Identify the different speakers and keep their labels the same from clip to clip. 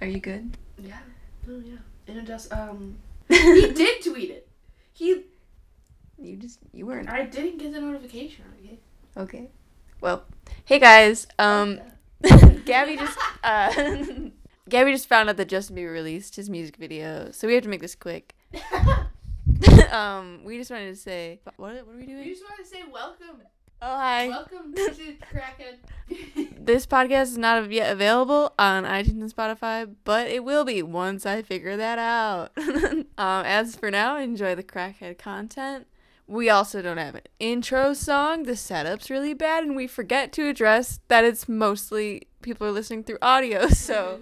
Speaker 1: Are you good?
Speaker 2: Yeah. Oh yeah. And it does. Um, he did tweet it. He.
Speaker 1: You just you weren't
Speaker 2: I didn't get the notification. Okay.
Speaker 1: okay. Well, hey guys. Um, Gabby just uh, Gabby just found out that Justin Bieber released his music video, so we have to make this quick.
Speaker 2: we
Speaker 1: um, we just wanted to say what are- what are we doing?
Speaker 2: just want to say welcome.
Speaker 1: Oh hi.
Speaker 2: Welcome to Kraken.
Speaker 1: This podcast is not yet available on iTunes and Spotify, but it will be once I figure that out. um, as for now, enjoy the crackhead content. We also don't have an intro song. The setup's really bad, and we forget to address that it's mostly people are listening through audio. So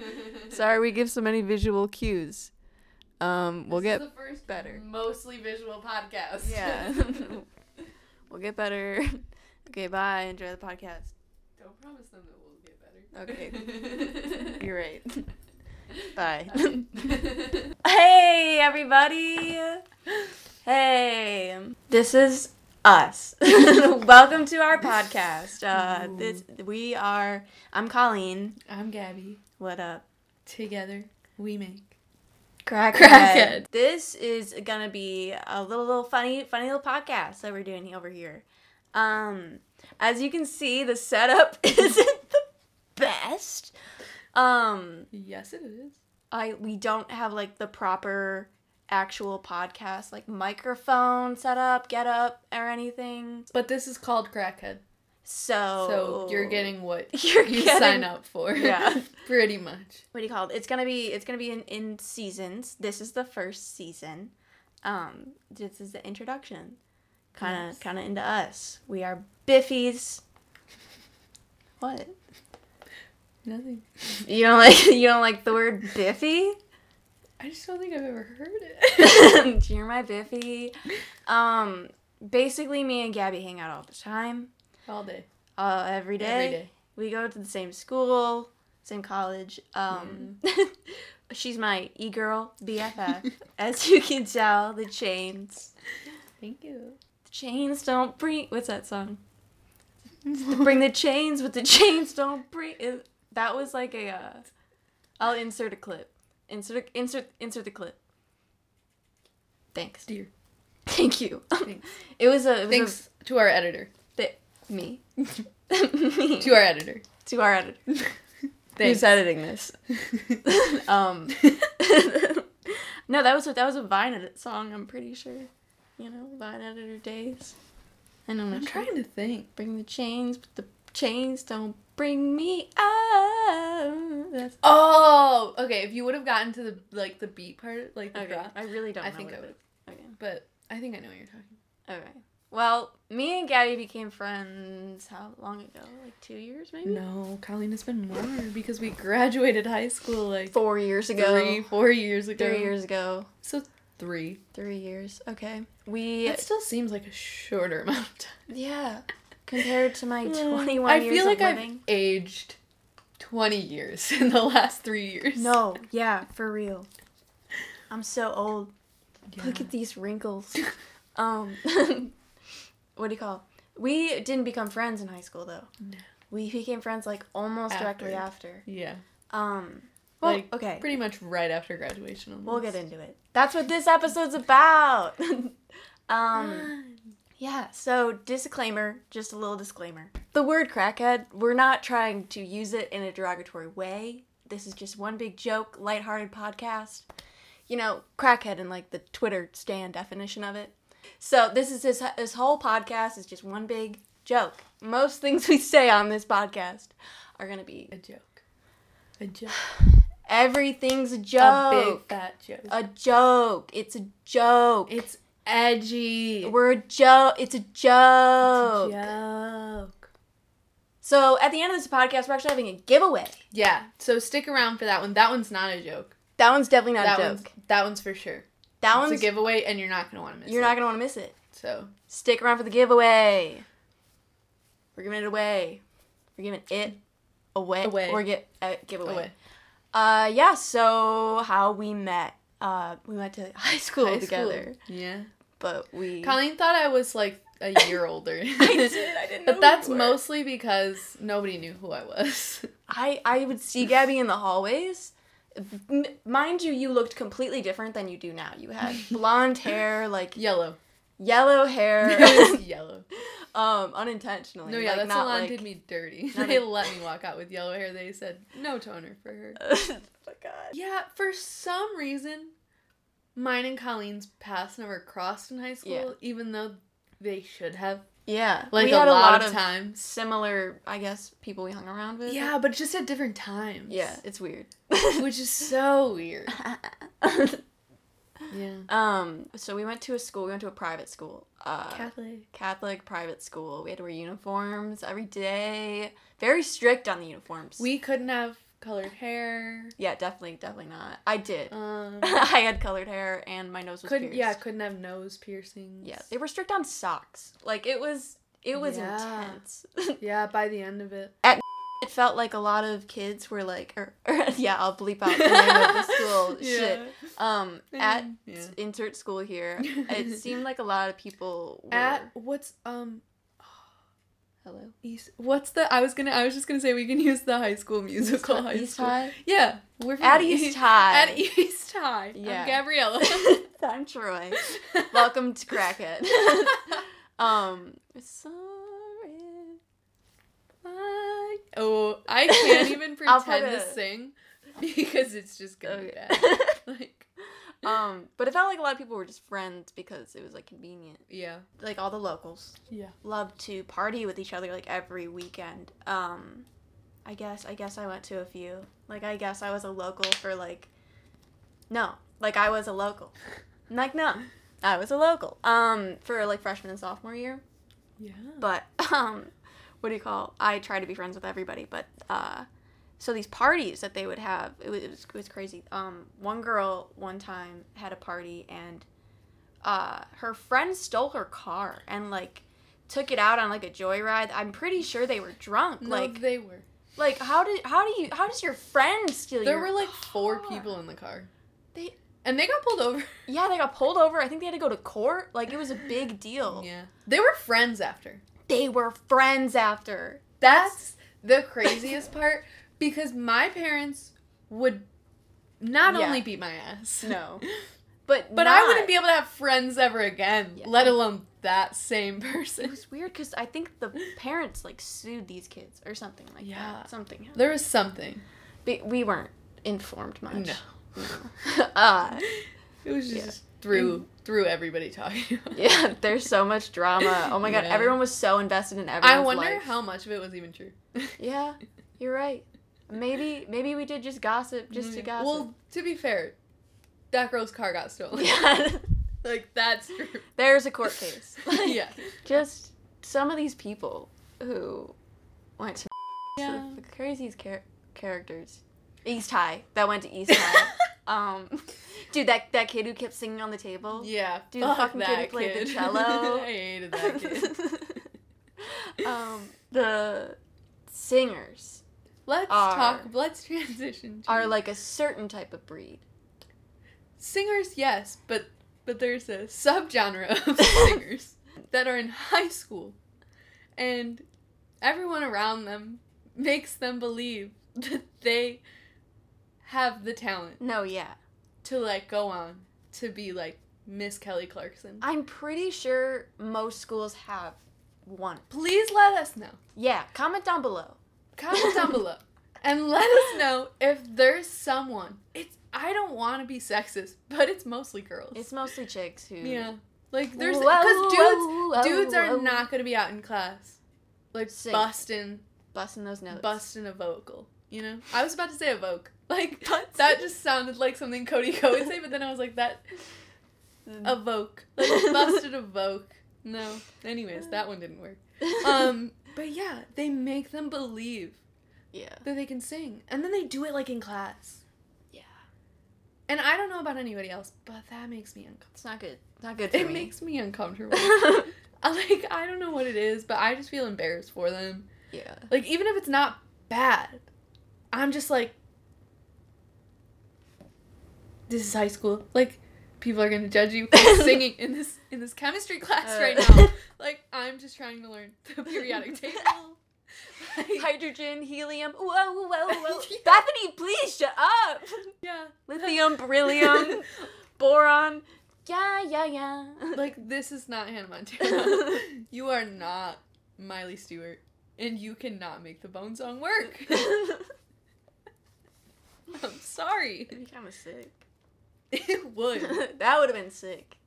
Speaker 1: sorry we give so many visual cues. Um, we'll
Speaker 2: This
Speaker 1: get
Speaker 2: is the first
Speaker 1: better.
Speaker 2: mostly visual podcast.
Speaker 1: yeah, we'll get better. Okay, bye. Enjoy the podcast.
Speaker 2: Don't promise them that we'll get better.
Speaker 1: Okay. You're right. bye.
Speaker 2: Okay.
Speaker 1: Hey, everybody! Hey, this is us. Welcome to our podcast. Uh, this we are. I'm Colleen.
Speaker 2: I'm Gabby.
Speaker 1: What up?
Speaker 2: Together we make.
Speaker 1: Crackhead.
Speaker 2: Crackhead.
Speaker 1: This is gonna be a little, little funny, funny little podcast that we're doing over here. Um, as you can see, the setup isn't the best. Um,
Speaker 2: Yes, it is.
Speaker 1: I we don't have like the proper actual podcast like microphone setup, get up or anything.
Speaker 2: But this is called Crackhead.
Speaker 1: So
Speaker 2: So you're getting what
Speaker 1: Oh. You're
Speaker 2: you
Speaker 1: getting-
Speaker 2: sign up for.
Speaker 1: Yeah.
Speaker 2: Pretty much.
Speaker 1: what do you call it? It's gonna be it's gonna be in, in seasons. This is the first season. Um, this is the introduction. Kinda
Speaker 2: Yes.
Speaker 1: kinda into us. We are Biffies. What?
Speaker 2: Nothing.
Speaker 1: You don't like you don't like the word Biffy?
Speaker 2: I just don't think I've ever heard it.
Speaker 1: You're my Biffy. Um basically me and Gabby hang out all the time.
Speaker 2: All day.
Speaker 1: Uh, every day.
Speaker 2: Every day.
Speaker 1: We go to the same school, same college. Um, she's my e girl BFF. As you can tell, the chains.
Speaker 2: Thank you.
Speaker 1: The chains don't bring. What's that song? Bring the chains, but the chains don't bring. It, that was like a. Uh, I'll insert a clip. Insert insert insert the clip. Thanks.
Speaker 2: Dear.
Speaker 1: Thank you.
Speaker 2: Thanks.
Speaker 1: It was a it was a-
Speaker 2: Thanks to our editor.
Speaker 1: me. me.
Speaker 2: To our editor.
Speaker 1: to our editor.
Speaker 2: Thanks.
Speaker 1: Who's editing this? um no that was a that was a vine edit song i'm pretty sure you know vine editor days and i'm,
Speaker 2: I'm trying to think.
Speaker 1: bring the chains but the chains don't bring me up That's,
Speaker 2: Oh, okay. If you would have gotten to the like the beat part, like the
Speaker 1: okay
Speaker 2: drop,
Speaker 1: i really don't
Speaker 2: I
Speaker 1: know
Speaker 2: think
Speaker 1: what
Speaker 2: I
Speaker 1: it
Speaker 2: would.
Speaker 1: is. okay
Speaker 2: But I think I know what you're talking.
Speaker 1: okay well me and gabby became friends how long ago like two years maybe
Speaker 2: No, Colleen, it's been more because we graduated high school like
Speaker 1: four years ago
Speaker 2: three, four years ago.
Speaker 1: three years ago
Speaker 2: So three.
Speaker 1: three years okay we
Speaker 2: It still seems like a shorter amount of time.
Speaker 1: yeah compared to my
Speaker 2: Mm.
Speaker 1: 21
Speaker 2: I
Speaker 1: years
Speaker 2: feel like
Speaker 1: of
Speaker 2: I've
Speaker 1: living
Speaker 2: aged 20 years in the last three years.
Speaker 1: No, yeah, for real. I'm so old.
Speaker 2: Yeah.
Speaker 1: Look at these wrinkles. Um, what do you call? We didn't become friends in high school though.
Speaker 2: No.
Speaker 1: We became friends like almost directly after.
Speaker 2: Yeah.
Speaker 1: Um, well,
Speaker 2: Like,
Speaker 1: okay,
Speaker 2: Pretty much right after graduation. Almost.
Speaker 1: we'll get into it. That's what this episode's about. um, yeah. So disclaimer, just a little disclaimer. The word crackhead, we're not trying to use it in a derogatory way. This is just one big joke, lighthearted podcast. you know, crackhead in like the Twitter stand definition of it. So this is this this whole podcast is just one big joke. Most things we say on this podcast are gonna be
Speaker 2: a joke. A joke.
Speaker 1: everything's a
Speaker 2: A big
Speaker 1: joke.
Speaker 2: fat joke.
Speaker 1: A, joke. It's a joke.
Speaker 2: it's edgy.
Speaker 1: We're a joke. It's a joke.
Speaker 2: joke.
Speaker 1: So at the end of this podcast, we're actually having a giveaway.
Speaker 2: Yeah. So stick around for that one. That one's not a joke.
Speaker 1: That one's definitely not
Speaker 2: that
Speaker 1: a
Speaker 2: one's
Speaker 1: joke.
Speaker 2: that one's for sure.
Speaker 1: That
Speaker 2: It's a
Speaker 1: one's
Speaker 2: giveaway, and you're not gonna want to miss.
Speaker 1: you're
Speaker 2: it.
Speaker 1: not gonna want to miss it.
Speaker 2: So
Speaker 1: Stick around for the giveaway. We're giving it away. We're giving it away.
Speaker 2: Away.
Speaker 1: Or get uh, giveaway.
Speaker 2: away.
Speaker 1: Uh yeah. So how we met? Uh, we went to high school
Speaker 2: High school.
Speaker 1: together,
Speaker 2: Yeah.
Speaker 1: but we.
Speaker 2: Colleen thought I was like a year older.
Speaker 1: I did. I didn't. know
Speaker 2: But
Speaker 1: who
Speaker 2: that's
Speaker 1: you were.
Speaker 2: mostly because nobody knew who I was.
Speaker 1: I I would see Gabby in the hallways, M- mind you, you looked completely different than you do now. You had blonde hair, like
Speaker 2: Yellow.
Speaker 1: yellow hair,
Speaker 2: It was yellow.
Speaker 1: um, unintentionally.
Speaker 2: No, yeah,
Speaker 1: like,
Speaker 2: that
Speaker 1: not
Speaker 2: salon
Speaker 1: like,
Speaker 2: did me dirty.
Speaker 1: not
Speaker 2: They
Speaker 1: a-
Speaker 2: let me walk out with yellow hair. They said no toner for her.
Speaker 1: oh God.
Speaker 2: Yeah, for some reason, mine and Colleen's paths never crossed in high school,
Speaker 1: Yeah.
Speaker 2: even though they should have.
Speaker 1: Yeah,
Speaker 2: Like
Speaker 1: we
Speaker 2: a,
Speaker 1: had
Speaker 2: lot
Speaker 1: a lot
Speaker 2: of,
Speaker 1: of
Speaker 2: times.
Speaker 1: similar, I guess, people we hung around with.
Speaker 2: Yeah, but just at different times.
Speaker 1: Yeah, it's weird.
Speaker 2: Which is so weird. Yeah.
Speaker 1: um, so we went to a school. We went to a private school. Uh,
Speaker 2: Catholic.
Speaker 1: Catholic private school. We had to wear uniforms every day. Very strict on the uniforms.
Speaker 2: We couldn't have colored hair.
Speaker 1: yeah, definitely, definitely not. I did.
Speaker 2: Um
Speaker 1: I had colored hair and my nose was
Speaker 2: couldn't
Speaker 1: pierced.
Speaker 2: yeah, couldn't have nose piercings.
Speaker 1: yeah. They were strict on socks. Like it was, it was
Speaker 2: Yeah.
Speaker 1: intense.
Speaker 2: Yeah, by the end of it.
Speaker 1: it felt like a lot of kids were like, or, or- yeah, I'll bleep out the name of the school. Shit. Um, at
Speaker 2: Mm, Yeah.
Speaker 1: insert school here, it seemed like a lot of people were.
Speaker 2: At what's um
Speaker 1: hello.
Speaker 2: East what's the I was gonna I was just gonna say we can use the high school musical high
Speaker 1: East
Speaker 2: school.
Speaker 1: High.
Speaker 2: Yeah. We're
Speaker 1: At East High.
Speaker 2: At East High. Yeah.
Speaker 1: Yeah.
Speaker 2: I'm Gabriella.
Speaker 1: I'm Troy. Welcome to Crackhead. um, sorry.
Speaker 2: Bye. Oh, I can't even
Speaker 1: I'll put
Speaker 2: pretend to
Speaker 1: it-
Speaker 2: sing because it's just gonna be
Speaker 1: Okay.
Speaker 2: bad. Like,
Speaker 1: um, but it felt like a lot of people were just friends because it was like convenient.
Speaker 2: yeah.
Speaker 1: Like all the locals
Speaker 2: Yeah.
Speaker 1: loved to party with each other like every weekend. Um, I guess I guess I went to a few. Like I guess I was a local for like, no, like I was a local. I'm like no, I was a local. Um, for like freshman and sophomore year.
Speaker 2: Yeah.
Speaker 1: but um what do you call i try to be friends with everybody but uh so these parties that they would have it was, it was, it was crazy um one girl one time had a party and uh her friend stole her car and like took it out on like a joyride i'm pretty sure they were drunk
Speaker 2: No,
Speaker 1: like
Speaker 2: they were.
Speaker 1: like how did how do you how does your friend steal
Speaker 2: There
Speaker 1: your
Speaker 2: were like four
Speaker 1: car?
Speaker 2: people in the car.
Speaker 1: They-
Speaker 2: and they got pulled over.
Speaker 1: yeah they got pulled over i think they had to go to court like it was a big deal
Speaker 2: Yeah. They were friends after.
Speaker 1: they were friends after
Speaker 2: That's the craziest part because my parents would not
Speaker 1: Yeah.
Speaker 2: only beat my ass.
Speaker 1: no but
Speaker 2: But I
Speaker 1: not-
Speaker 2: wouldn't be able to have friends ever again,
Speaker 1: Yeah.
Speaker 2: let alone that same
Speaker 1: It
Speaker 2: person.
Speaker 1: was weird because I think the parents like sued these kids or something like
Speaker 2: Yeah.
Speaker 1: that. Something. happened.
Speaker 2: There was something.
Speaker 1: But we weren't informed much.
Speaker 2: No.
Speaker 1: uh,
Speaker 2: It was
Speaker 1: Yeah.
Speaker 2: just through through everybody talking.
Speaker 1: yeah, there's so much drama. Oh my god,
Speaker 2: Yeah.
Speaker 1: everyone was so invested in everyone's
Speaker 2: I wonder
Speaker 1: life.
Speaker 2: how much of it was even true.
Speaker 1: Yeah, you're right. Maybe maybe we did just gossip just to gossip.
Speaker 2: Well, to be fair, that girl's car got stolen.
Speaker 1: yeah,
Speaker 2: Like that's true.
Speaker 1: there's a court case. Like,
Speaker 2: yeah.
Speaker 1: Just some of these people who went to
Speaker 2: Yeah.
Speaker 1: the craziest char- characters. East High that went to East High. Um, dude, that that kid who kept singing on the table.
Speaker 2: yeah.
Speaker 1: Dude, the fucking kid who played the cello.
Speaker 2: I hated that kid.
Speaker 1: um, the singers
Speaker 2: Let's
Speaker 1: Are-
Speaker 2: talk. Let's transition. To
Speaker 1: are like a certain type of breed.
Speaker 2: singers, yes, but but there's a subgenre of singers that are in high school, and everyone around them makes them believe that they have the talent
Speaker 1: No, yeah,
Speaker 2: to like go on to be like Miss Kelly Clarkson.
Speaker 1: I'm pretty sure most schools have one.
Speaker 2: Please let us know.
Speaker 1: Yeah, comment down below.
Speaker 2: Comment down below and let us know if there's someone. It's I don't want to be sexist, but it's mostly girls.
Speaker 1: It's mostly chicks who.
Speaker 2: yeah. Like there's
Speaker 1: Whoa,
Speaker 2: because dudes
Speaker 1: whoa,
Speaker 2: dudes are
Speaker 1: whoa.
Speaker 2: not gonna be out in class, like
Speaker 1: Sing.
Speaker 2: busting,
Speaker 1: busting those notes.
Speaker 2: busting a vocal. You know, I was about to say a voc, like that just sounded like something Cody Co would say, but then I was like that a voc, like busted a voc. No, anyways, that one didn't work. Um, but yeah, they make them believe
Speaker 1: Yeah.
Speaker 2: that they can sing, and then they do it like in class.
Speaker 1: Yeah.
Speaker 2: And I don't know about anybody else, but that makes me uncomfortable.
Speaker 1: It's not good. It's not good for
Speaker 2: It
Speaker 1: me.
Speaker 2: makes me uncomfortable. I like I don't know what it is, but I just feel embarrassed for them.
Speaker 1: yeah.
Speaker 2: Like even if it's not bad, I'm just like this is high school. Like people are gonna judge you for singing in this in this chemistry class
Speaker 1: Uh.
Speaker 2: right now. Like I'm just trying to learn the periodic table. Like,
Speaker 1: Hydrogen, helium. Whoa, whoa, whoa.
Speaker 2: Yeah.
Speaker 1: Bethany, please shut up.
Speaker 2: yeah,
Speaker 1: lithium, beryllium, boron. Yeah, yeah, yeah.
Speaker 2: Like this is not Hannah Montana. you are not Miley Stewart, and you cannot make the Bone Song work.
Speaker 1: It'd
Speaker 2: I'm sorry.
Speaker 1: be kind of sick.
Speaker 2: It would.
Speaker 1: that would have been sick.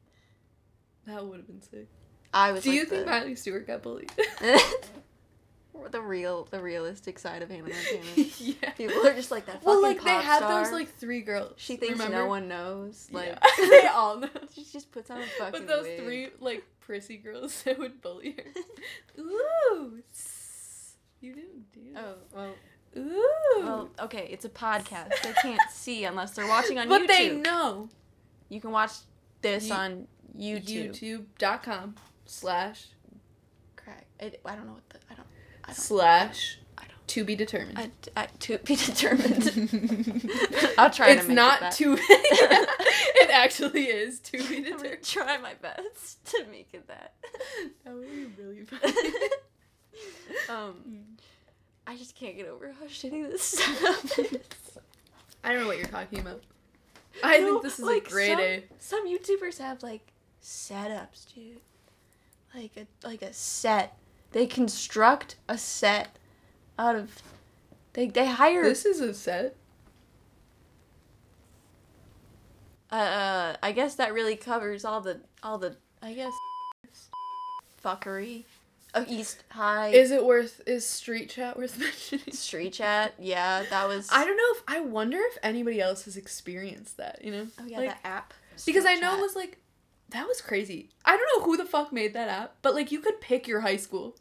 Speaker 2: That would have been sick.
Speaker 1: I was.
Speaker 2: Do
Speaker 1: like
Speaker 2: you think
Speaker 1: the...
Speaker 2: Miley Stewart got bullied?
Speaker 1: the real, the realistic side of Hannah Montana.
Speaker 2: yeah.
Speaker 1: People are just like that.
Speaker 2: well,
Speaker 1: fucking
Speaker 2: like they
Speaker 1: pop
Speaker 2: had
Speaker 1: star.
Speaker 2: those like three girls.
Speaker 1: She thinks
Speaker 2: remember?
Speaker 1: no one knows. Like
Speaker 2: Yeah. they all know.
Speaker 1: she just puts on a fucking.
Speaker 2: But those
Speaker 1: wig.
Speaker 2: three like prissy girls that would bully her. Ooh, s- you didn't do.
Speaker 1: Oh well.
Speaker 2: that. Ooh.
Speaker 1: Well, okay. It's a podcast. They can't see unless they're watching on
Speaker 2: but
Speaker 1: YouTube.
Speaker 2: they know.
Speaker 1: You can watch this
Speaker 2: You-
Speaker 1: on YouTube.
Speaker 2: YouTube.com slash
Speaker 1: Crack. It, I don't know what the. I don't. I don't.
Speaker 2: slash
Speaker 1: I don't-
Speaker 2: to be determined.
Speaker 1: I, I, to be determined. I'll try to
Speaker 2: It's
Speaker 1: make it
Speaker 2: not
Speaker 1: that.
Speaker 2: to. it actually is to be
Speaker 1: I'm gonna
Speaker 2: determined.
Speaker 1: try my best to make it that.
Speaker 2: That would be really funny.
Speaker 1: Um, I just can't get over how shitty this stuff is.
Speaker 2: I don't know what you're talking about. I
Speaker 1: No,
Speaker 2: think this is
Speaker 1: like,
Speaker 2: a great
Speaker 1: some,
Speaker 2: A.
Speaker 1: Some YouTubers have like setups, dude. Like a like a set. They construct a set out of. They they hire
Speaker 2: This is a set.
Speaker 1: uh, I guess that really covers all the all the I guess fuckery of East High
Speaker 2: Is it worth? Is street chat worth mentioning?
Speaker 1: street chat. Yeah, that was
Speaker 2: I don't know if I wonder if anybody else has experienced that. You know?
Speaker 1: oh yeah
Speaker 2: Like,
Speaker 1: that app
Speaker 2: because I
Speaker 1: Street
Speaker 2: know
Speaker 1: Chat.
Speaker 2: it was like that was crazy. I don't know who the fuck made that app, but like you could pick your high school.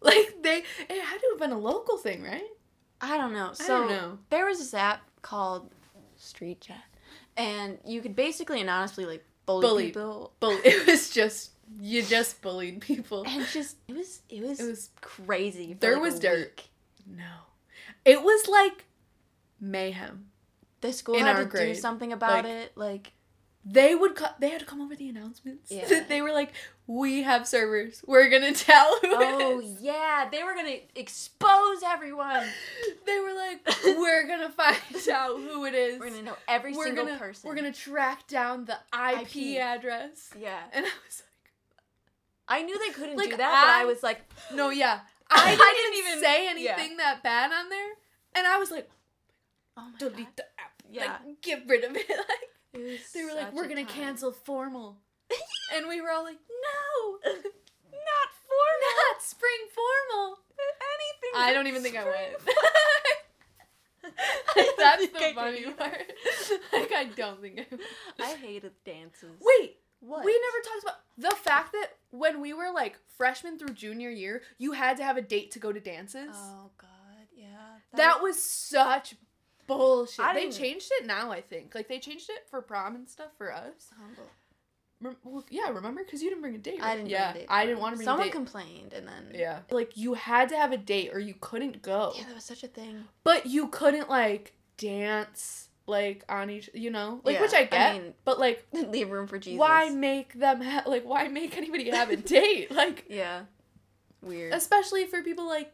Speaker 2: Like they, it had to have been a local thing, right?
Speaker 1: I don't know. So
Speaker 2: don't know.
Speaker 1: there was this app called Street Chat, and you could basically and honestly like bully,
Speaker 2: Bully.
Speaker 1: people
Speaker 2: But it was just you just bullied people.
Speaker 1: and just it was it was
Speaker 2: It was
Speaker 1: crazy. for,
Speaker 2: there
Speaker 1: like, a
Speaker 2: was dirt.
Speaker 1: week.
Speaker 2: No, it was like mayhem.
Speaker 1: The school
Speaker 2: In
Speaker 1: had to
Speaker 2: our
Speaker 1: do
Speaker 2: grade,
Speaker 1: something about
Speaker 2: like-
Speaker 1: it. Like
Speaker 2: they would co- they had to come over the announcements.
Speaker 1: Yeah.
Speaker 2: they were like, "We have servers. We're gonna tell who
Speaker 1: oh
Speaker 2: it is."
Speaker 1: yeah, they were gonna expose everyone.
Speaker 2: They were like, "We're gonna find out who it is.
Speaker 1: We're gonna know every
Speaker 2: We're
Speaker 1: single
Speaker 2: gonna-
Speaker 1: person.
Speaker 2: We're gonna track down the IP,
Speaker 1: IP.
Speaker 2: address."
Speaker 1: Yeah.
Speaker 2: And I was
Speaker 1: I knew they couldn't
Speaker 2: Like,
Speaker 1: do that, but
Speaker 2: I-
Speaker 1: I was like,
Speaker 2: like, "No, yeah, I,
Speaker 1: I
Speaker 2: didn't,
Speaker 1: didn't even-
Speaker 2: say
Speaker 1: yeah.
Speaker 2: anything that bad on there." And I was like,
Speaker 1: oh my
Speaker 2: "Delete the app.
Speaker 1: Yeah.
Speaker 2: Like, get rid of it."
Speaker 1: God. It
Speaker 2: Like,
Speaker 1: was
Speaker 2: they were like,
Speaker 1: such
Speaker 2: "We're
Speaker 1: a
Speaker 2: gonna
Speaker 1: time.
Speaker 2: cancel formal," and we were all like, "No,
Speaker 1: Not formal.
Speaker 2: not spring formal."
Speaker 1: anything.
Speaker 2: I
Speaker 1: but
Speaker 2: don't even think I
Speaker 1: spring
Speaker 2: went. Like,
Speaker 1: I
Speaker 2: That's
Speaker 1: think I
Speaker 2: the
Speaker 1: did
Speaker 2: funny
Speaker 1: either.
Speaker 2: part. like I don't think I went.
Speaker 1: I hated dances.
Speaker 2: Wait,
Speaker 1: what?
Speaker 2: we never talked about the fact that when we were like freshman through junior year, you had to have a date to go to dances.
Speaker 1: Oh God, yeah.
Speaker 2: that was such bullshit.
Speaker 1: I
Speaker 2: They
Speaker 1: didn't-
Speaker 2: changed it now, I think. Like they changed it for prom and stuff for us.
Speaker 1: humble.
Speaker 2: Rem- well, yeah, remember because you didn't bring a date.
Speaker 1: I
Speaker 2: right?
Speaker 1: didn't.
Speaker 2: Yeah,
Speaker 1: bring a date
Speaker 2: I
Speaker 1: to
Speaker 2: didn't
Speaker 1: it.
Speaker 2: want to bring
Speaker 1: Someone
Speaker 2: a date.
Speaker 1: complained, and then
Speaker 2: yeah, like you had to have a date or you couldn't go.
Speaker 1: yeah, that was such a thing.
Speaker 2: but you couldn't like dance like on each you know like
Speaker 1: Yeah,
Speaker 2: which i
Speaker 1: I
Speaker 2: get
Speaker 1: mean,
Speaker 2: but like
Speaker 1: Leave room for Jesus.
Speaker 2: why make them ha- like why make anybody have a date like
Speaker 1: Yeah. Weird.
Speaker 2: especially for people like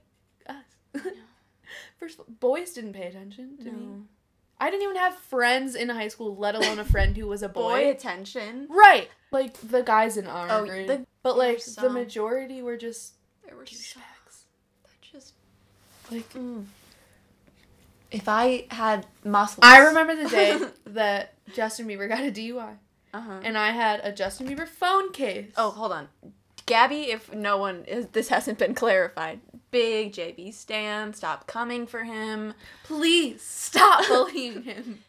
Speaker 2: us first of all, boys didn't pay attention to me
Speaker 1: No.
Speaker 2: i didn't even have friends in high school let alone a friend who was a
Speaker 1: Boy
Speaker 2: boy,
Speaker 1: attention.
Speaker 2: right like the guys in our
Speaker 1: Oh,
Speaker 2: grade
Speaker 1: the- there
Speaker 2: but
Speaker 1: were
Speaker 2: like the
Speaker 1: some.
Speaker 2: majority were just
Speaker 1: There were so- Mm.
Speaker 2: douchebags
Speaker 1: that just.
Speaker 2: like
Speaker 1: If I had muscles.
Speaker 2: i remember the day that justin bieber got a dui
Speaker 1: Uh huh.
Speaker 2: and I had a Justin Bieber phone case.
Speaker 1: Oh, hold on. Gabby, if no one is, this hasn't been clarified. Big JB Stan, stop coming for him.
Speaker 2: please stop bullying him.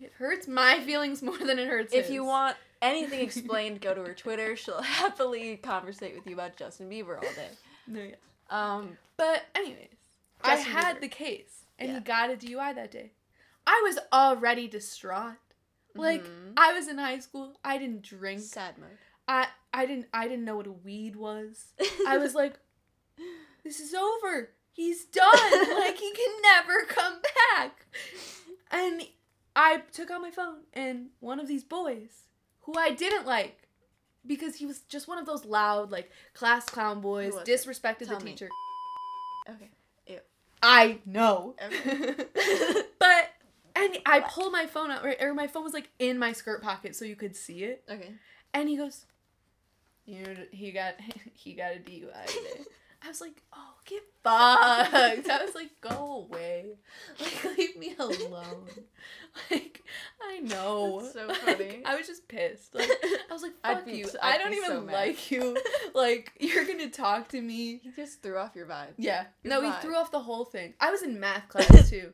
Speaker 2: It hurts my feelings more than it hurts.
Speaker 1: If
Speaker 2: his.
Speaker 1: you want anything explained, go to her Twitter. She'll happily conversate with you about Justin Bieber all day.
Speaker 2: no, yeah.
Speaker 1: Um,
Speaker 2: But anyways,
Speaker 1: Justin
Speaker 2: I had
Speaker 1: Bieber.
Speaker 2: the case, and
Speaker 1: Yeah.
Speaker 2: he got a DUI that day. I was already distraught. Like
Speaker 1: Mhm.
Speaker 2: I was in high school. I didn't drink.
Speaker 1: sad mode.
Speaker 2: I I didn't I didn't know what a weed was. I was like, this is over. He's done. like he can never come back. And I took out my phone and one of these boys who I didn't like because he was just one of those loud like class clown boys,
Speaker 1: was it?
Speaker 2: disrespected
Speaker 1: Tell
Speaker 2: the
Speaker 1: me.
Speaker 2: teacher.
Speaker 1: okay.
Speaker 2: I know.
Speaker 1: Okay.
Speaker 2: but And I pull my phone out, or, or my phone was like in my skirt pocket so you could see it.
Speaker 1: Okay.
Speaker 2: And he goes, "You know, he got he got a DUI." Today. I was like, "Oh, get fucked!" I was like, "Go away, like leave me alone." Like I know,
Speaker 1: That's so
Speaker 2: Like,
Speaker 1: funny.
Speaker 2: I was just pissed. Like I was like,
Speaker 1: I'd
Speaker 2: "Fuck
Speaker 1: be
Speaker 2: you!
Speaker 1: so-
Speaker 2: I
Speaker 1: I'd
Speaker 2: don't
Speaker 1: be
Speaker 2: even
Speaker 1: so mad."
Speaker 2: like you. Like you're gonna talk to me."
Speaker 1: He just threw off your vibe.
Speaker 2: Yeah.
Speaker 1: Your
Speaker 2: no,
Speaker 1: vibe.
Speaker 2: he threw off the whole thing. I was in math class too.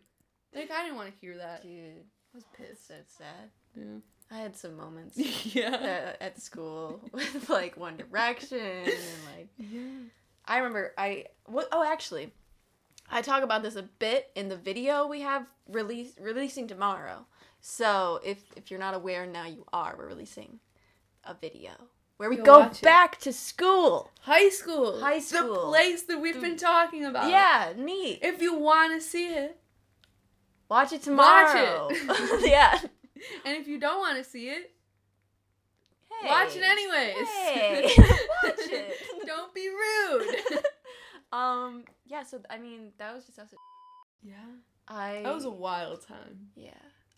Speaker 2: Like I didn't want to hear that.
Speaker 1: Dude,
Speaker 2: I was
Speaker 1: it's
Speaker 2: pissed.
Speaker 1: so sad.
Speaker 2: Yeah.
Speaker 1: I had some moments uh,
Speaker 2: yeah.
Speaker 1: at school with like One Direction and like
Speaker 2: Yeah.
Speaker 1: I remember I what oh actually I talk about this a bit in the video we have release releasing tomorrow. So if if you're not aware now you are we're releasing a video where we
Speaker 2: Go
Speaker 1: go
Speaker 2: watch it.
Speaker 1: back to school.
Speaker 2: High school.
Speaker 1: High
Speaker 2: The
Speaker 1: school.
Speaker 2: place that we've
Speaker 1: The-
Speaker 2: been talking about.
Speaker 1: Yeah, neat.
Speaker 2: If you want to see it,
Speaker 1: Watch it
Speaker 2: Watch
Speaker 1: tomorrow.
Speaker 2: it.
Speaker 1: yeah.
Speaker 2: and if you don't want to see it,
Speaker 1: Hey.
Speaker 2: watch it anyways.
Speaker 1: Hey. Watch it.
Speaker 2: don't be rude.
Speaker 1: um yeah, so I mean that was just us.
Speaker 2: yeah.
Speaker 1: I
Speaker 2: That was a wild time.
Speaker 1: Yeah.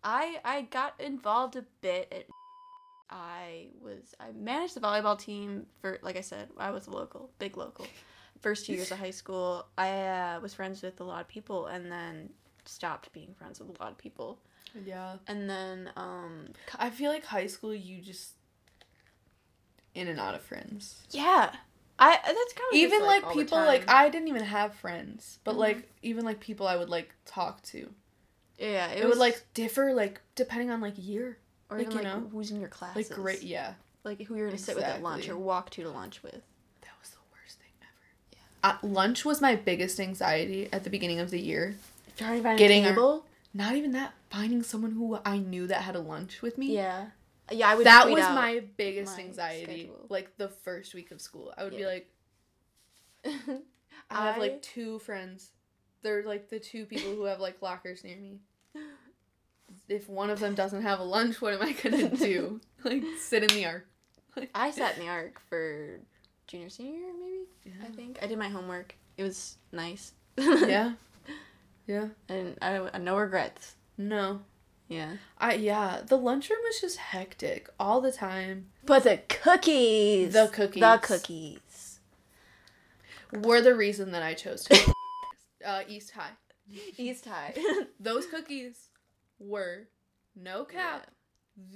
Speaker 1: I I got involved a bit at I was I managed the volleyball team for like I said, I was local, big local. First two years of high school, I uh, was friends with a lot of people and then stopped being friends with a lot of people.
Speaker 2: Yeah.
Speaker 1: And then um
Speaker 2: I feel like high school you just in and out of friends.
Speaker 1: yeah. I that's kind of
Speaker 2: even
Speaker 1: just,
Speaker 2: like,
Speaker 1: all the
Speaker 2: people like
Speaker 1: time.
Speaker 2: I didn't even have friends, but
Speaker 1: Mhm.
Speaker 2: like even like people I would like talk to.
Speaker 1: yeah,
Speaker 2: It,
Speaker 1: it,
Speaker 2: would
Speaker 1: was
Speaker 2: like differ like depending on like year,
Speaker 1: or
Speaker 2: like,
Speaker 1: even,
Speaker 2: you know,
Speaker 1: who's in your classes.
Speaker 2: like great yeah.
Speaker 1: Like who you're going to sit with at lunch or
Speaker 2: Exactly.
Speaker 1: walk to to lunch with.
Speaker 2: That was the worst thing ever. Yeah. Uh, lunch was my biggest anxiety at the beginning of the year.
Speaker 1: Trying to find
Speaker 2: Getting
Speaker 1: a
Speaker 2: our-
Speaker 1: table.
Speaker 2: Not even that finding someone who I knew that had a lunch with me.
Speaker 1: yeah. Yeah, I would
Speaker 2: That
Speaker 1: tweet
Speaker 2: was
Speaker 1: out.
Speaker 2: my biggest
Speaker 1: my
Speaker 2: anxiety.
Speaker 1: schedule.
Speaker 2: Like the first week of school, I would be
Speaker 1: Yeah.
Speaker 2: like, I have
Speaker 1: I-
Speaker 2: like two friends. They're like the two people who have like lockers near me. If one of them doesn't have a lunch, what am I gonna do? like sit in the arc. Like,
Speaker 1: I sat in the arc for junior senior year, maybe. I
Speaker 2: Yeah.
Speaker 1: think I did my homework. It was nice.
Speaker 2: yeah. Yeah.
Speaker 1: and I, I no regrets.
Speaker 2: No.
Speaker 1: Yeah.
Speaker 2: I yeah. The lunchroom was just hectic all the time.
Speaker 1: But the cookies.
Speaker 2: The cookies.
Speaker 1: The cookies.
Speaker 2: Were the reason that I chose to uh, East High.
Speaker 1: East High.
Speaker 2: Those cookies were no cap.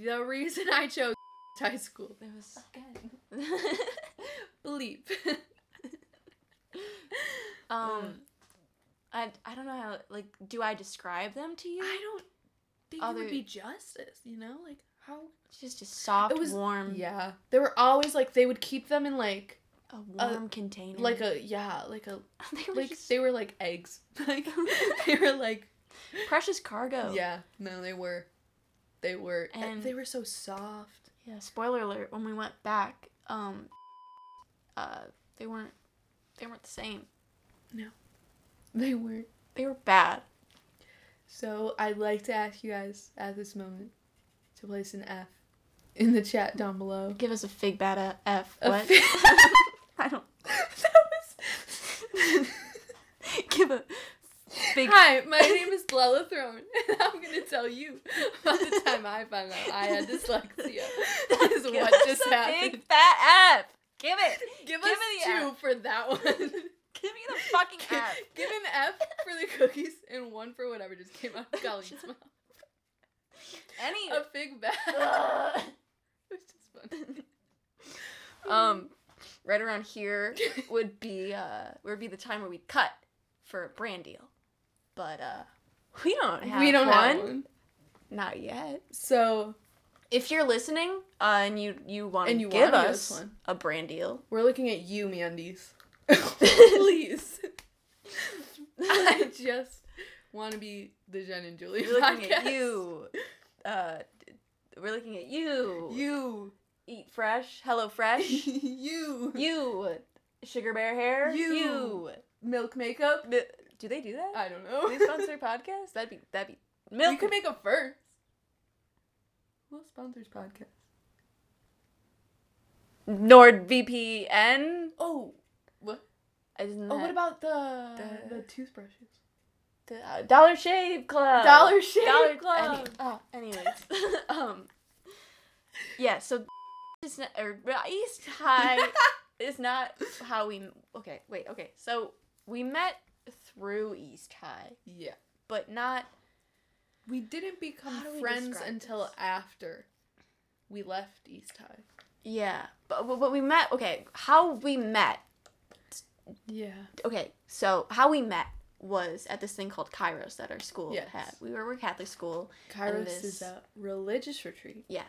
Speaker 2: The reason I chose high school.
Speaker 1: It was
Speaker 2: Bleep.
Speaker 1: um. I, I don't know how like do I describe them to you?
Speaker 2: I don't think it
Speaker 1: Other-
Speaker 2: would be justice, you know? Like how
Speaker 1: It's just just soft,
Speaker 2: It was-
Speaker 1: warm,
Speaker 2: Yeah. Um, They were always like they would keep them in like
Speaker 1: a warm container.
Speaker 2: Uh, like a yeah, like a
Speaker 1: they were
Speaker 2: like
Speaker 1: just
Speaker 2: they were like eggs. Like they were like
Speaker 1: precious cargo.
Speaker 2: Yeah. No, they were they were
Speaker 1: And-
Speaker 2: Oh. and Eh, they were so soft.
Speaker 1: Yeah, spoiler alert, when we went back, um uh they weren't they weren't the same.
Speaker 2: They were.
Speaker 1: They were bad.
Speaker 2: So I'd like to ask you guys at this moment to place an F in the chat down below.
Speaker 1: Give us a fig bad a- F.
Speaker 2: A
Speaker 1: What?
Speaker 2: fig-
Speaker 1: I don't
Speaker 2: that was
Speaker 1: give a big
Speaker 2: Hi, my name is Lella Throne, and I'm gonna tell you about the time I found out I had dyslexia. This is
Speaker 1: Give
Speaker 2: what
Speaker 1: us
Speaker 2: just
Speaker 1: a
Speaker 2: happened.
Speaker 1: Big fat F. Give it.
Speaker 2: Give,
Speaker 1: Give
Speaker 2: us
Speaker 1: me the
Speaker 2: two for that one. Give
Speaker 1: Give me the fucking F.
Speaker 2: Give an F for the cookies and one for whatever just came out of Colleen's mouth.
Speaker 1: Any
Speaker 2: A fig bag.
Speaker 1: Ugh.
Speaker 2: It was just funny.
Speaker 1: um right around here would be uh would be the time where we cut for a brand deal. But uh we don't have
Speaker 2: we don't
Speaker 1: one.
Speaker 2: have one.
Speaker 1: Not yet.
Speaker 2: So
Speaker 1: If you're listening uh, and you you want to
Speaker 2: And you
Speaker 1: give
Speaker 2: wanna give
Speaker 1: us
Speaker 2: us one.
Speaker 1: a brand deal,
Speaker 2: we're looking at you, Mandy's. Please. I just want to be the Jen and Julie
Speaker 1: we're looking at
Speaker 2: podcast.
Speaker 1: you. Uh, d- we're looking at you.
Speaker 2: You.
Speaker 1: eat fresh, Hello Fresh.
Speaker 2: you.
Speaker 1: you sugar bear hair.
Speaker 2: You. Milk makeup.
Speaker 1: Mi- Do they do that?
Speaker 2: I don't know.
Speaker 1: Do they sponsor podcasts? That'd be that'd be milk.
Speaker 2: We could make a first. Who else sponsors podcast?
Speaker 1: NordVPN.
Speaker 2: Oh, what?
Speaker 1: Isn't
Speaker 2: Oh,
Speaker 1: that-
Speaker 2: what about the
Speaker 1: oh, the-
Speaker 2: the, toothbrushes?
Speaker 1: The- uh, Dollar Shave Club.
Speaker 2: Dollar Shave
Speaker 1: Uh, Dollar
Speaker 2: Club. Ah.
Speaker 1: Club. Anyways, um, yeah. So it's not, or East High is not how we. Okay, wait. Okay, so we met through East High,
Speaker 2: yeah.
Speaker 1: but not.
Speaker 2: We didn't become
Speaker 1: How do we
Speaker 2: friends
Speaker 1: describe
Speaker 2: until
Speaker 1: this?
Speaker 2: after we left East High.
Speaker 1: Yeah, but but we met. Okay, how we met.
Speaker 2: Yeah.
Speaker 1: Okay, so how we met was at this thing called Kairos that our school
Speaker 2: Yes.
Speaker 1: had. We were, we're Catholic school.
Speaker 2: Kairos
Speaker 1: this-
Speaker 2: is a religious retreat.
Speaker 1: Yeah.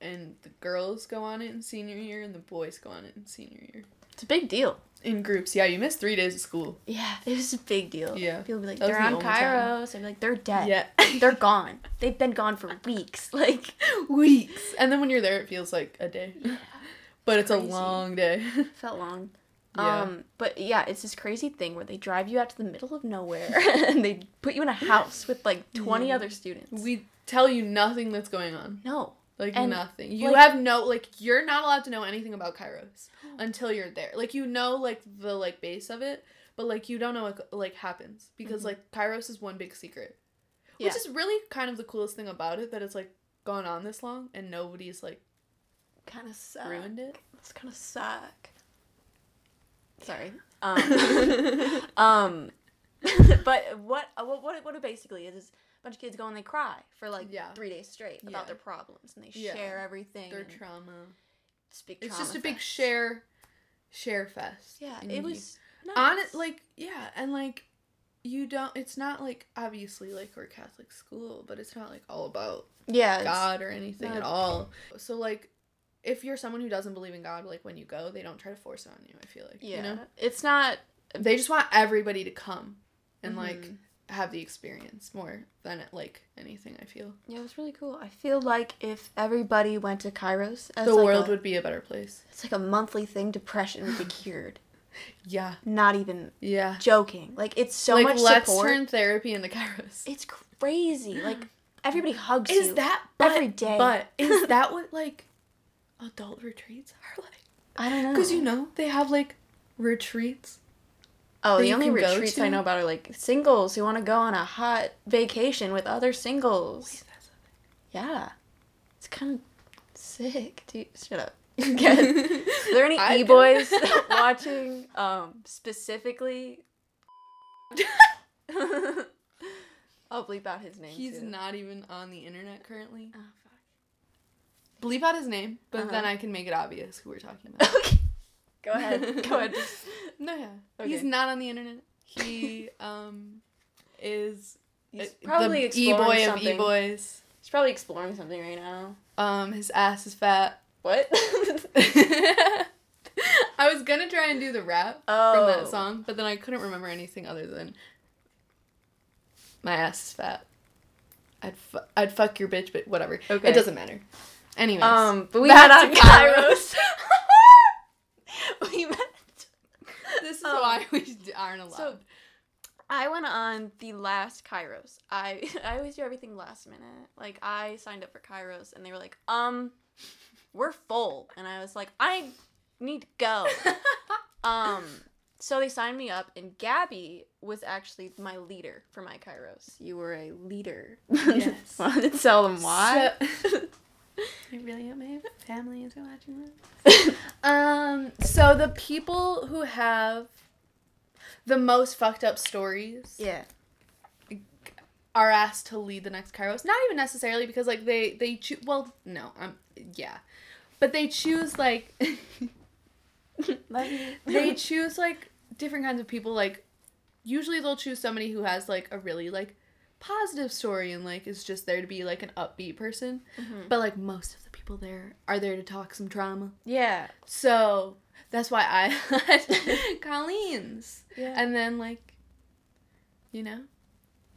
Speaker 2: And the girls go on it in senior year and the boys go on it in senior year.
Speaker 1: It's a big deal.
Speaker 2: In groups. Yeah, you missed three days of school.
Speaker 1: Yeah, it was a big deal.
Speaker 2: Yeah.
Speaker 1: People would be like,
Speaker 2: That was
Speaker 1: they're
Speaker 2: the
Speaker 1: on
Speaker 2: only time.
Speaker 1: Kairos. I'd be like, they're dead.
Speaker 2: Yeah.
Speaker 1: They're gone. They've been gone for weeks. Like,
Speaker 2: weeks. And then when you're there, it feels like a day. but it's
Speaker 1: Crazy.
Speaker 2: a long day.
Speaker 1: felt long.
Speaker 2: Yeah.
Speaker 1: Um, but yeah, it's this crazy thing where they drive you out to the middle of nowhere and they put you in a house with like 20
Speaker 2: Yeah.
Speaker 1: other students.
Speaker 2: we tell you nothing that's going on.
Speaker 1: no.
Speaker 2: Like
Speaker 1: And,
Speaker 2: nothing. You
Speaker 1: like-
Speaker 2: have no like you're not allowed to know anything about Kairos until you're there. Like you know like the like base of it, but like you don't know what like happens because
Speaker 1: Mhm.
Speaker 2: like Kairos is one big secret.
Speaker 1: Yeah.
Speaker 2: Which is really kind of the coolest thing about it that it's like gone on this long and nobody's like
Speaker 1: Kind of suck.
Speaker 2: ruined it.
Speaker 1: It's kind of suck. Sorry. Um, um but what uh, what what what it basically is is a bunch of kids go and they cry for like
Speaker 2: Yeah.
Speaker 1: 3 days straight
Speaker 2: Yeah.
Speaker 1: about their problems and they
Speaker 2: Yeah.
Speaker 1: share everything.
Speaker 2: Their
Speaker 1: and
Speaker 2: trauma.
Speaker 1: it's a big
Speaker 2: It's
Speaker 1: trauma
Speaker 2: just a big
Speaker 1: fest.
Speaker 2: share share fest.
Speaker 1: Yeah,
Speaker 2: And
Speaker 1: it
Speaker 2: you-
Speaker 1: was nice.
Speaker 2: on it like yeah and like you don't it's not like obviously like we're catholic school but it's not like all about
Speaker 1: yeah, it's-
Speaker 2: god or anything
Speaker 1: not
Speaker 2: at
Speaker 1: a-
Speaker 2: all so like if you're someone who doesn't believe in god like when you go they don't try to force it on you i feel like
Speaker 1: yeah.
Speaker 2: you know
Speaker 1: It's not
Speaker 2: they just want everybody to come and like
Speaker 1: Mhm.
Speaker 2: have the experience more than like anything i feel
Speaker 1: Yeah, it was really cool. I feel like if everybody went to Kairos as
Speaker 2: the
Speaker 1: like
Speaker 2: world
Speaker 1: a,
Speaker 2: would be a better place
Speaker 1: it's like a monthly thing, depression would be cured.
Speaker 2: yeah
Speaker 1: Not even
Speaker 2: yeah
Speaker 1: joking. Like it's so
Speaker 2: like
Speaker 1: much
Speaker 2: let's
Speaker 1: support.
Speaker 2: turn therapy into kairos
Speaker 1: It's crazy. Like everybody hugs you.
Speaker 2: Is that but,
Speaker 1: every day.
Speaker 2: But is that what like adult retreats are like?
Speaker 1: I don't know.
Speaker 2: Because you know they have like retreats.
Speaker 1: Oh,
Speaker 2: that
Speaker 1: the
Speaker 2: you
Speaker 1: only
Speaker 2: can go
Speaker 1: retreats I
Speaker 2: to?
Speaker 1: know about are like singles who want to go on a hot vacation with other singles. Yeah. It's kind of sick. Dude, shut up. Are there any
Speaker 2: I-
Speaker 1: e boys watching um, specifically? I'll bleep out his name.
Speaker 2: He's
Speaker 1: too.
Speaker 2: not even on the internet currently.
Speaker 1: Oh,
Speaker 2: Bleep out his name, but then
Speaker 1: Uh-huh.
Speaker 2: I can make it obvious who we're talking about.
Speaker 1: fuck. okay. Go ahead. Go ahead.
Speaker 2: no, yeah, he's
Speaker 1: Okay.
Speaker 2: not on the internet. He um is
Speaker 1: He's
Speaker 2: uh,
Speaker 1: probably
Speaker 2: the e
Speaker 1: exploring
Speaker 2: boy of
Speaker 1: something.
Speaker 2: e boys.
Speaker 1: He's probably exploring something right now.
Speaker 2: Um, his ass is fat.
Speaker 1: What?
Speaker 2: I was gonna try and do the rap. from
Speaker 1: Oh.
Speaker 2: that song, but then I couldn't remember anything other than my ass is fat. I'd fu- I'd fuck your bitch, but whatever.
Speaker 1: Okay.
Speaker 2: It doesn't matter. Anyways,
Speaker 1: Um, but we
Speaker 2: Back
Speaker 1: met on
Speaker 2: to Kairos.
Speaker 1: Kairos. we met.
Speaker 2: this is
Speaker 1: um,
Speaker 2: why we d- aren't allowed.
Speaker 1: So I went on the last Kairos. I I always do everything last minute. Like I signed up for Kairos, and they were like, um, we're full, and I was like, I need to go. Um, so they signed me up, and Gabby was actually my leader for my Kairos. You were a leader.
Speaker 2: Yes.
Speaker 1: Wanted to tell them why.
Speaker 2: So- I really hope my family is watching this. um, so the people who have the most fucked up stories
Speaker 1: yeah.
Speaker 2: are asked to lead the next Kairos. Not even necessarily because like they they choose. Well, no, um, yeah, but they choose like
Speaker 1: Love you.
Speaker 2: they choose like different kinds of people. Like usually they'll choose somebody who has like a really like positive story and like is just there to be like an upbeat person. But like most of the people there are there to talk some trauma.
Speaker 1: yeah.
Speaker 2: So that's why I had Colleen's,
Speaker 1: Yeah.
Speaker 2: and then like you know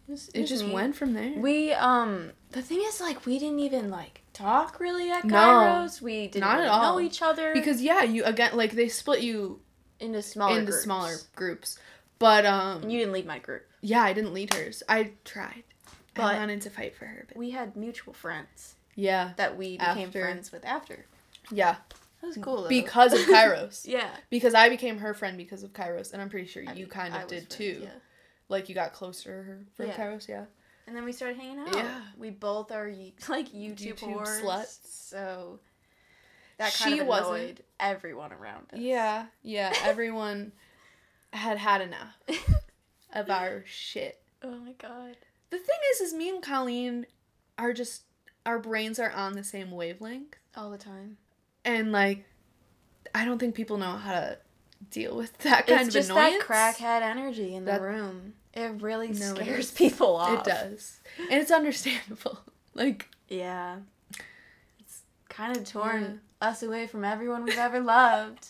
Speaker 2: it just
Speaker 1: me.
Speaker 2: went from there.
Speaker 1: We um the thing is like we didn't even like talk really at
Speaker 2: No.
Speaker 1: Kairos. we didn't
Speaker 2: Not at
Speaker 1: really
Speaker 2: all.
Speaker 1: know each other
Speaker 2: because yeah you again like they split you
Speaker 1: into smaller
Speaker 2: into
Speaker 1: groups.
Speaker 2: smaller groups but
Speaker 1: And
Speaker 2: um
Speaker 1: you didn't lead my group.
Speaker 2: yeah i didn't lead hers i tried
Speaker 1: But-
Speaker 2: i wanted to fight for her but
Speaker 1: We had mutual friends
Speaker 2: yeah
Speaker 1: that we became
Speaker 2: After.
Speaker 1: friends with after.
Speaker 2: yeah
Speaker 1: That was cool. Though.
Speaker 2: because of kairos
Speaker 1: yeah,
Speaker 2: because i became her friend because of kairos and i'm pretty sure you kind
Speaker 1: I
Speaker 2: of
Speaker 1: was
Speaker 2: did
Speaker 1: friends,
Speaker 2: too
Speaker 1: yeah.
Speaker 2: Like you got closer to her from
Speaker 1: Yeah.
Speaker 2: Kairos, yeah.
Speaker 1: And then we started hanging out.
Speaker 2: Yeah.
Speaker 1: We both are y- like YouTube,
Speaker 2: YouTube
Speaker 1: whores,
Speaker 2: sluts.
Speaker 1: So that kind
Speaker 2: She
Speaker 1: of annoyed
Speaker 2: wasn't.
Speaker 1: everyone around us.
Speaker 2: Yeah, yeah. Everyone had had enough of our shit.
Speaker 1: oh my god.
Speaker 2: The thing is, is me and Colleen are just our brains are on the same wavelength,
Speaker 1: All the time.
Speaker 2: and like, I don't think people know how to deal with that kind
Speaker 1: it's
Speaker 2: of
Speaker 1: just
Speaker 2: annoyance.
Speaker 1: that crackhead energy in
Speaker 2: That-
Speaker 1: the room. It really
Speaker 2: No, it
Speaker 1: scares
Speaker 2: is.
Speaker 1: people off.
Speaker 2: It does, and it's understandable. Like,
Speaker 1: Yeah. It's kind of torn us away from everyone we've ever loved.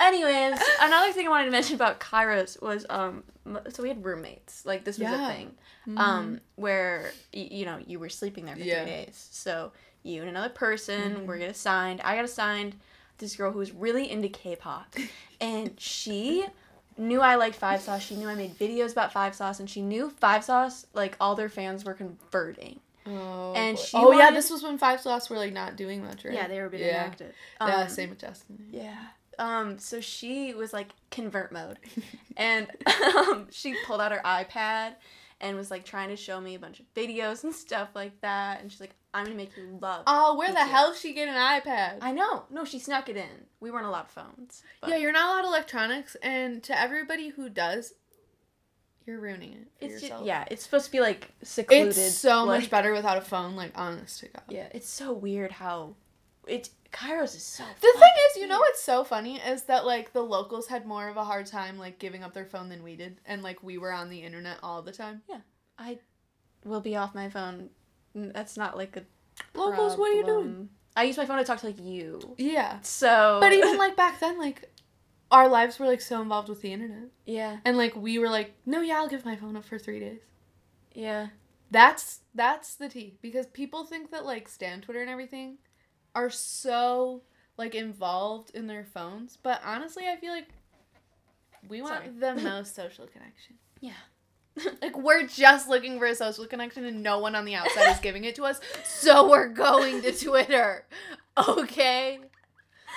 Speaker 1: Anyways, another thing I wanted to mention about Kairos was um m- so we had roommates. Like this was
Speaker 2: Yeah. Mm-hmm.
Speaker 1: a thing. Um where y- you know, you were sleeping there for
Speaker 2: Yeah. Mm-hmm.
Speaker 1: 3 days. So you and another person were get assigned. I got assigned this girl who was really into K-pop and she knew I liked Five Sauce. She knew I made videos about Five Sauce and she knew Five Sauce like all their fans were converting.
Speaker 2: oh,
Speaker 1: and
Speaker 2: boy.
Speaker 1: she
Speaker 2: oh yeah,
Speaker 1: wanted-
Speaker 2: this was when Five Slots were like not doing much, right?
Speaker 1: Yeah, they were being
Speaker 2: Yeah.
Speaker 1: active.
Speaker 2: yeah,
Speaker 1: Um,
Speaker 2: same with Justin.
Speaker 1: Yeah. Um, so she was like convert mode, and um, she pulled out her iPad and was like trying to show me a bunch of videos and stuff like that. And she's like, "I'm gonna make you love."
Speaker 2: Oh, where the
Speaker 1: Thank you.
Speaker 2: hell she get an iPad?
Speaker 1: I know. No, she snuck it in. We weren't allowed phones. But
Speaker 2: Yeah, you're not allowed electronics, and to everybody who does, you're ruining it for
Speaker 1: it's
Speaker 2: yourself.
Speaker 1: just, yeah. It's supposed to be like secluded.
Speaker 2: it's so
Speaker 1: like-
Speaker 2: much better without a phone. Like, honest to God.
Speaker 1: Yeah, it's so weird how it Kairos is so.
Speaker 2: The thing is, you know what's so funny is that like the locals had more of a hard time like giving up their phone than we did, and like we were on the internet all the time.
Speaker 1: will be off my phone. N- That's not like a
Speaker 2: Locals, what are you doing?
Speaker 1: problem. I use my phone to talk to like you.
Speaker 2: Yeah,
Speaker 1: So,
Speaker 2: but even like back then, like our lives were like so involved with the internet,
Speaker 1: yeah,
Speaker 2: and like we were like, no, yeah, I'll give my phone up for three days.
Speaker 1: yeah.
Speaker 2: That's that's the tea because people think that like Stan Twitter and everything are so like involved in their phones, but honestly, I feel like we want
Speaker 1: Sorry.
Speaker 2: the most social connection.
Speaker 1: Yeah.
Speaker 2: like we're just looking for a social connection and no one on the outside is giving it to us, so we're going to Twitter. Okay?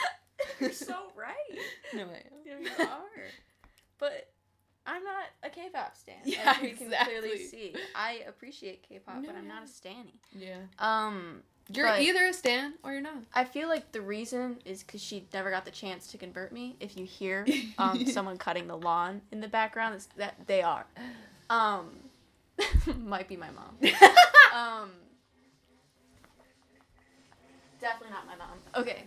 Speaker 1: You're so right.
Speaker 2: No way.
Speaker 1: Yeah, you are. But I'm not a K-pop stan.
Speaker 2: Yeah,
Speaker 1: as we can
Speaker 2: exactly.
Speaker 1: clearly see. I appreciate K-pop,
Speaker 2: No,
Speaker 1: but I'm not
Speaker 2: yeah.
Speaker 1: a stanny.
Speaker 2: Yeah.
Speaker 1: Um,
Speaker 2: You're
Speaker 1: But-
Speaker 2: either a Stan or you're not.
Speaker 1: I feel like the reason is because she never got the chance to convert me. If you hear um, someone cutting the lawn in the background, it's, that they are. Um, might be my mom. Um, definitely not my mom. Okay.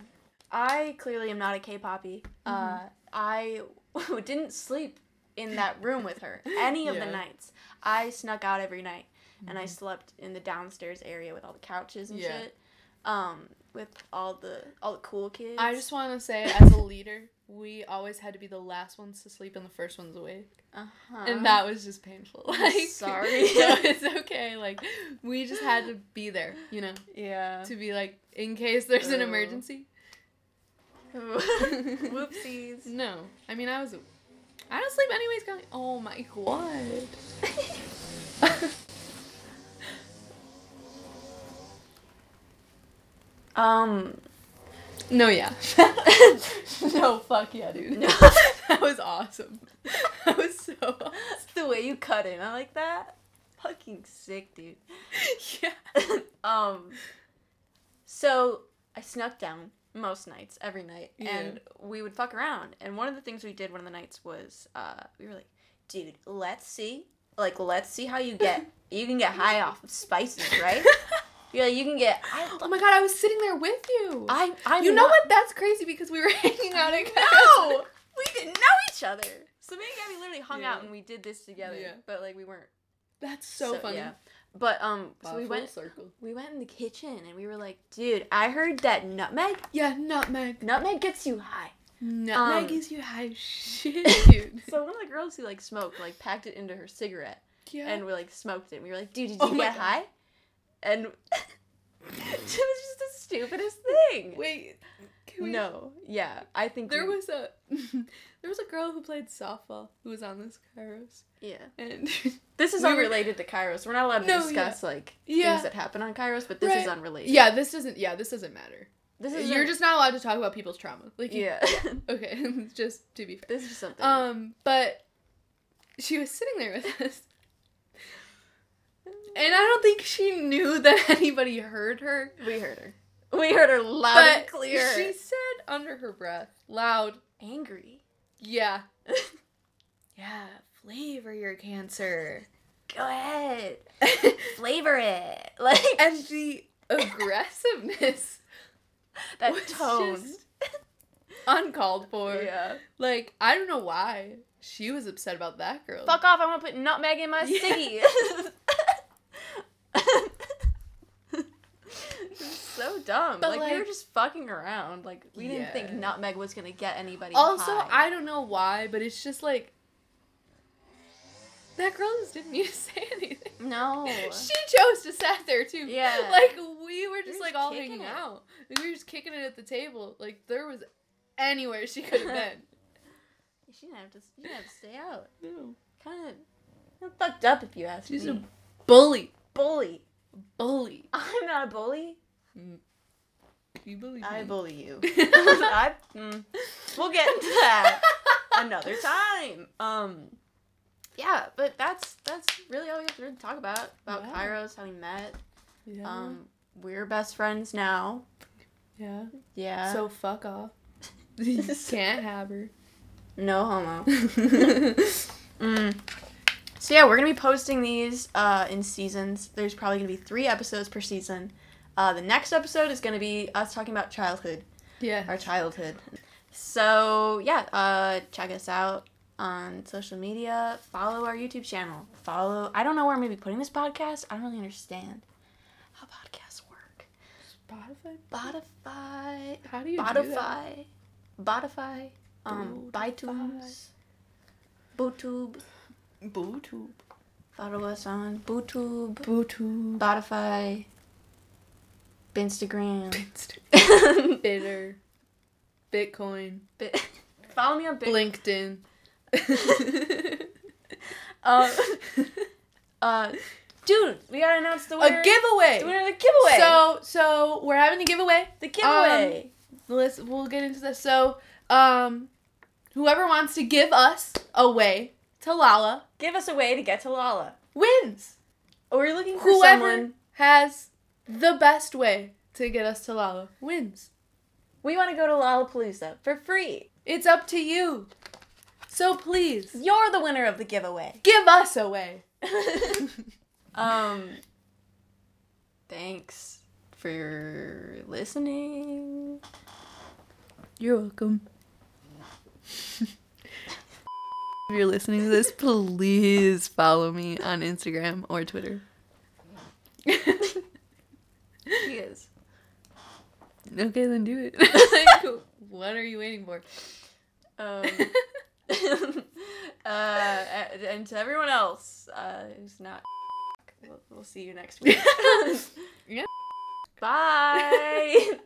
Speaker 1: I clearly am not a K-poppy.
Speaker 2: Mm-hmm.
Speaker 1: Uh, I didn't sleep in that room with her any of
Speaker 2: Yeah. Mm-hmm.
Speaker 1: the nights. I snuck out every night, and I slept in the downstairs area with all the couches and
Speaker 2: Yeah.
Speaker 1: shit. Um, with all the all the cool kids.
Speaker 2: I just want to say, as a leader, we always had to be the last ones to sleep and the first ones awake.
Speaker 1: uh-huh.
Speaker 2: And that was just painful.
Speaker 1: I'm
Speaker 2: Like,
Speaker 1: sorry.
Speaker 2: no, it's okay. Like, we just had to be there, you know,
Speaker 1: yeah.
Speaker 2: to be like, in case there's an
Speaker 1: Oh.
Speaker 2: emergency.
Speaker 1: Whoopsies.
Speaker 2: No, I mean, I was. I don't sleep anyways, Kelly. Oh my god.
Speaker 1: um.
Speaker 2: no, yeah. no, fuck yeah, dude.
Speaker 1: No.
Speaker 2: that was awesome. That was so. awesome.
Speaker 1: the way you cut in, I like that. Fucking sick, dude.
Speaker 2: Yeah.
Speaker 1: um so I snuck down most nights, every night,
Speaker 2: Yeah.
Speaker 1: and we would fuck around. And one of the things we did one of the nights was uh we were like, dude, let's see. Like let's see how you get you can get high off of spices, right? Yeah, you can get I
Speaker 2: Oh my god, I was sitting there with you.
Speaker 1: I I'm
Speaker 2: you know
Speaker 1: not-
Speaker 2: what? That's crazy because we were hanging out at
Speaker 1: No! We didn't know each other. So me and Gabby literally hung
Speaker 2: Yeah.
Speaker 1: out and we did this together.
Speaker 2: Yeah.
Speaker 1: But like we weren't
Speaker 2: That's so, funny.
Speaker 1: yeah. But um so we went
Speaker 2: circle.
Speaker 1: we went in the kitchen and we were like, dude, I heard that nutmeg
Speaker 2: Yeah, nutmeg.
Speaker 1: nutmeg gets you high.
Speaker 2: Nutmeg
Speaker 1: Um,
Speaker 2: gives you high as shit, dude.
Speaker 1: So one of the girls who like smoked like packed it into her cigarette
Speaker 2: yeah.
Speaker 1: and we like smoked it. And we were like, dude, did you
Speaker 2: Oh my
Speaker 1: get
Speaker 2: God.
Speaker 1: high? And it was just the stupidest thing.
Speaker 2: wait, can we,
Speaker 1: no, yeah, I think
Speaker 2: There
Speaker 1: we-
Speaker 2: was a there was a girl who played softball who was on this Kairos,
Speaker 1: yeah.
Speaker 2: and
Speaker 1: This is
Speaker 2: We were-
Speaker 1: unrelated to Kairos. We're not allowed to
Speaker 2: No,
Speaker 1: discuss like
Speaker 2: Yeah.
Speaker 1: things that happen on Kairos, but this is
Speaker 2: Right.
Speaker 1: unrelated.
Speaker 2: yeah, this doesn't yeah this doesn't matter.
Speaker 1: this is
Speaker 2: You're just not allowed to talk about people's trauma. Like you,
Speaker 1: yeah.
Speaker 2: okay, just to be fair.
Speaker 1: Um, this is something.
Speaker 2: Um, but she was sitting there with us. And I don't think she knew that anybody heard her.
Speaker 1: We heard her. We heard her loud and
Speaker 2: But
Speaker 1: clear.
Speaker 2: she said under her breath, loud,
Speaker 1: angry.
Speaker 2: yeah. yeah, flavor your cancer.
Speaker 1: Go ahead.
Speaker 2: and
Speaker 1: Flavor it. Like
Speaker 2: the aggressiveness
Speaker 1: that
Speaker 2: was
Speaker 1: tone.
Speaker 2: just uncalled for.
Speaker 1: yeah.
Speaker 2: Like, I don't know why she was upset about that girl.
Speaker 1: Fuck off, I wanna put nutmeg in my
Speaker 2: Yeah.
Speaker 1: sticky. so dumb.
Speaker 2: But,
Speaker 1: like, we were
Speaker 2: like-
Speaker 1: just fucking around. Like we didn't think
Speaker 2: Yeah.
Speaker 1: nutmeg was gonna get anybody.
Speaker 2: Also,
Speaker 1: high.
Speaker 2: I don't know why, but it's just like that girl just didn't need to say anything.
Speaker 1: No.
Speaker 2: She chose to sat there too.
Speaker 1: Oh. Yeah.
Speaker 2: Like we were just
Speaker 1: just
Speaker 2: like all
Speaker 1: kicking
Speaker 2: hanging
Speaker 1: it.
Speaker 2: out. Like, we were just kicking it at the table. Like there was anywhere she could have been.
Speaker 1: She didn't have to she didn't have to stay out.
Speaker 2: no.
Speaker 1: Kinda kinda fucked up if you ask
Speaker 2: She's
Speaker 1: me.
Speaker 2: a bully.
Speaker 1: bully.
Speaker 2: Bully.
Speaker 1: I'm not a bully.
Speaker 2: You bully.
Speaker 1: I bully you.
Speaker 2: bully.
Speaker 1: I, mm, we'll get into that another time. Um, yeah, but that's that's really all we have to really talk about about
Speaker 2: Yeah.
Speaker 1: Kairos, how we met.
Speaker 2: yeah.
Speaker 1: Um, we're best friends now.
Speaker 2: yeah.
Speaker 1: Yeah.
Speaker 2: so fuck off. you can't have her.
Speaker 1: no homo. Mm. So yeah, we're gonna be posting these uh, in seasons. There's probably gonna be three episodes per season. Uh, the next episode is gonna be us talking about childhood,
Speaker 2: yeah.
Speaker 1: our childhood. So yeah, uh, check us out on social media. Follow our YouTube channel. Follow. I don't know where I'm gonna be putting this podcast. I don't really understand how podcasts work.
Speaker 2: Spotify.
Speaker 1: Spotify.
Speaker 2: How do you do that?
Speaker 1: Spotify, Spotify, um, ByTunes, BooTube.
Speaker 2: BooTube.
Speaker 1: Follow us on BooTube,
Speaker 2: BooTube.
Speaker 1: Spotify, Instagram.
Speaker 2: Bitter. Bitcoin.
Speaker 1: Bit- Follow me on Bit-
Speaker 2: LinkedIn.
Speaker 1: Um, uh, dude, we gotta announce the
Speaker 2: a
Speaker 1: winner. The
Speaker 2: giveaway.
Speaker 1: winner of the giveaway.
Speaker 2: So so we're having a giveaway.
Speaker 1: the giveaway.
Speaker 2: Let's we'll get into this. So um whoever wants to give us away to Lala
Speaker 1: Give us a way to get to Lala.
Speaker 2: wins.
Speaker 1: We're looking for
Speaker 2: Whoever
Speaker 1: someone.
Speaker 2: has the best way to get us to Lala wins.
Speaker 1: We want to go to Lollapalooza for free.
Speaker 2: It's up to you. So please
Speaker 1: You're the winner of the giveaway.
Speaker 2: give us away.
Speaker 1: Um, thanks for listening.
Speaker 2: You're welcome. if you're listening to this, please follow me on Instagram or Twitter.
Speaker 1: He is.
Speaker 2: Okay, then do it. Like, what are you waiting for?
Speaker 1: Um, uh, and and to everyone else uh, who's not, we'll, we'll see you next week.
Speaker 2: Yeah.
Speaker 1: Bye.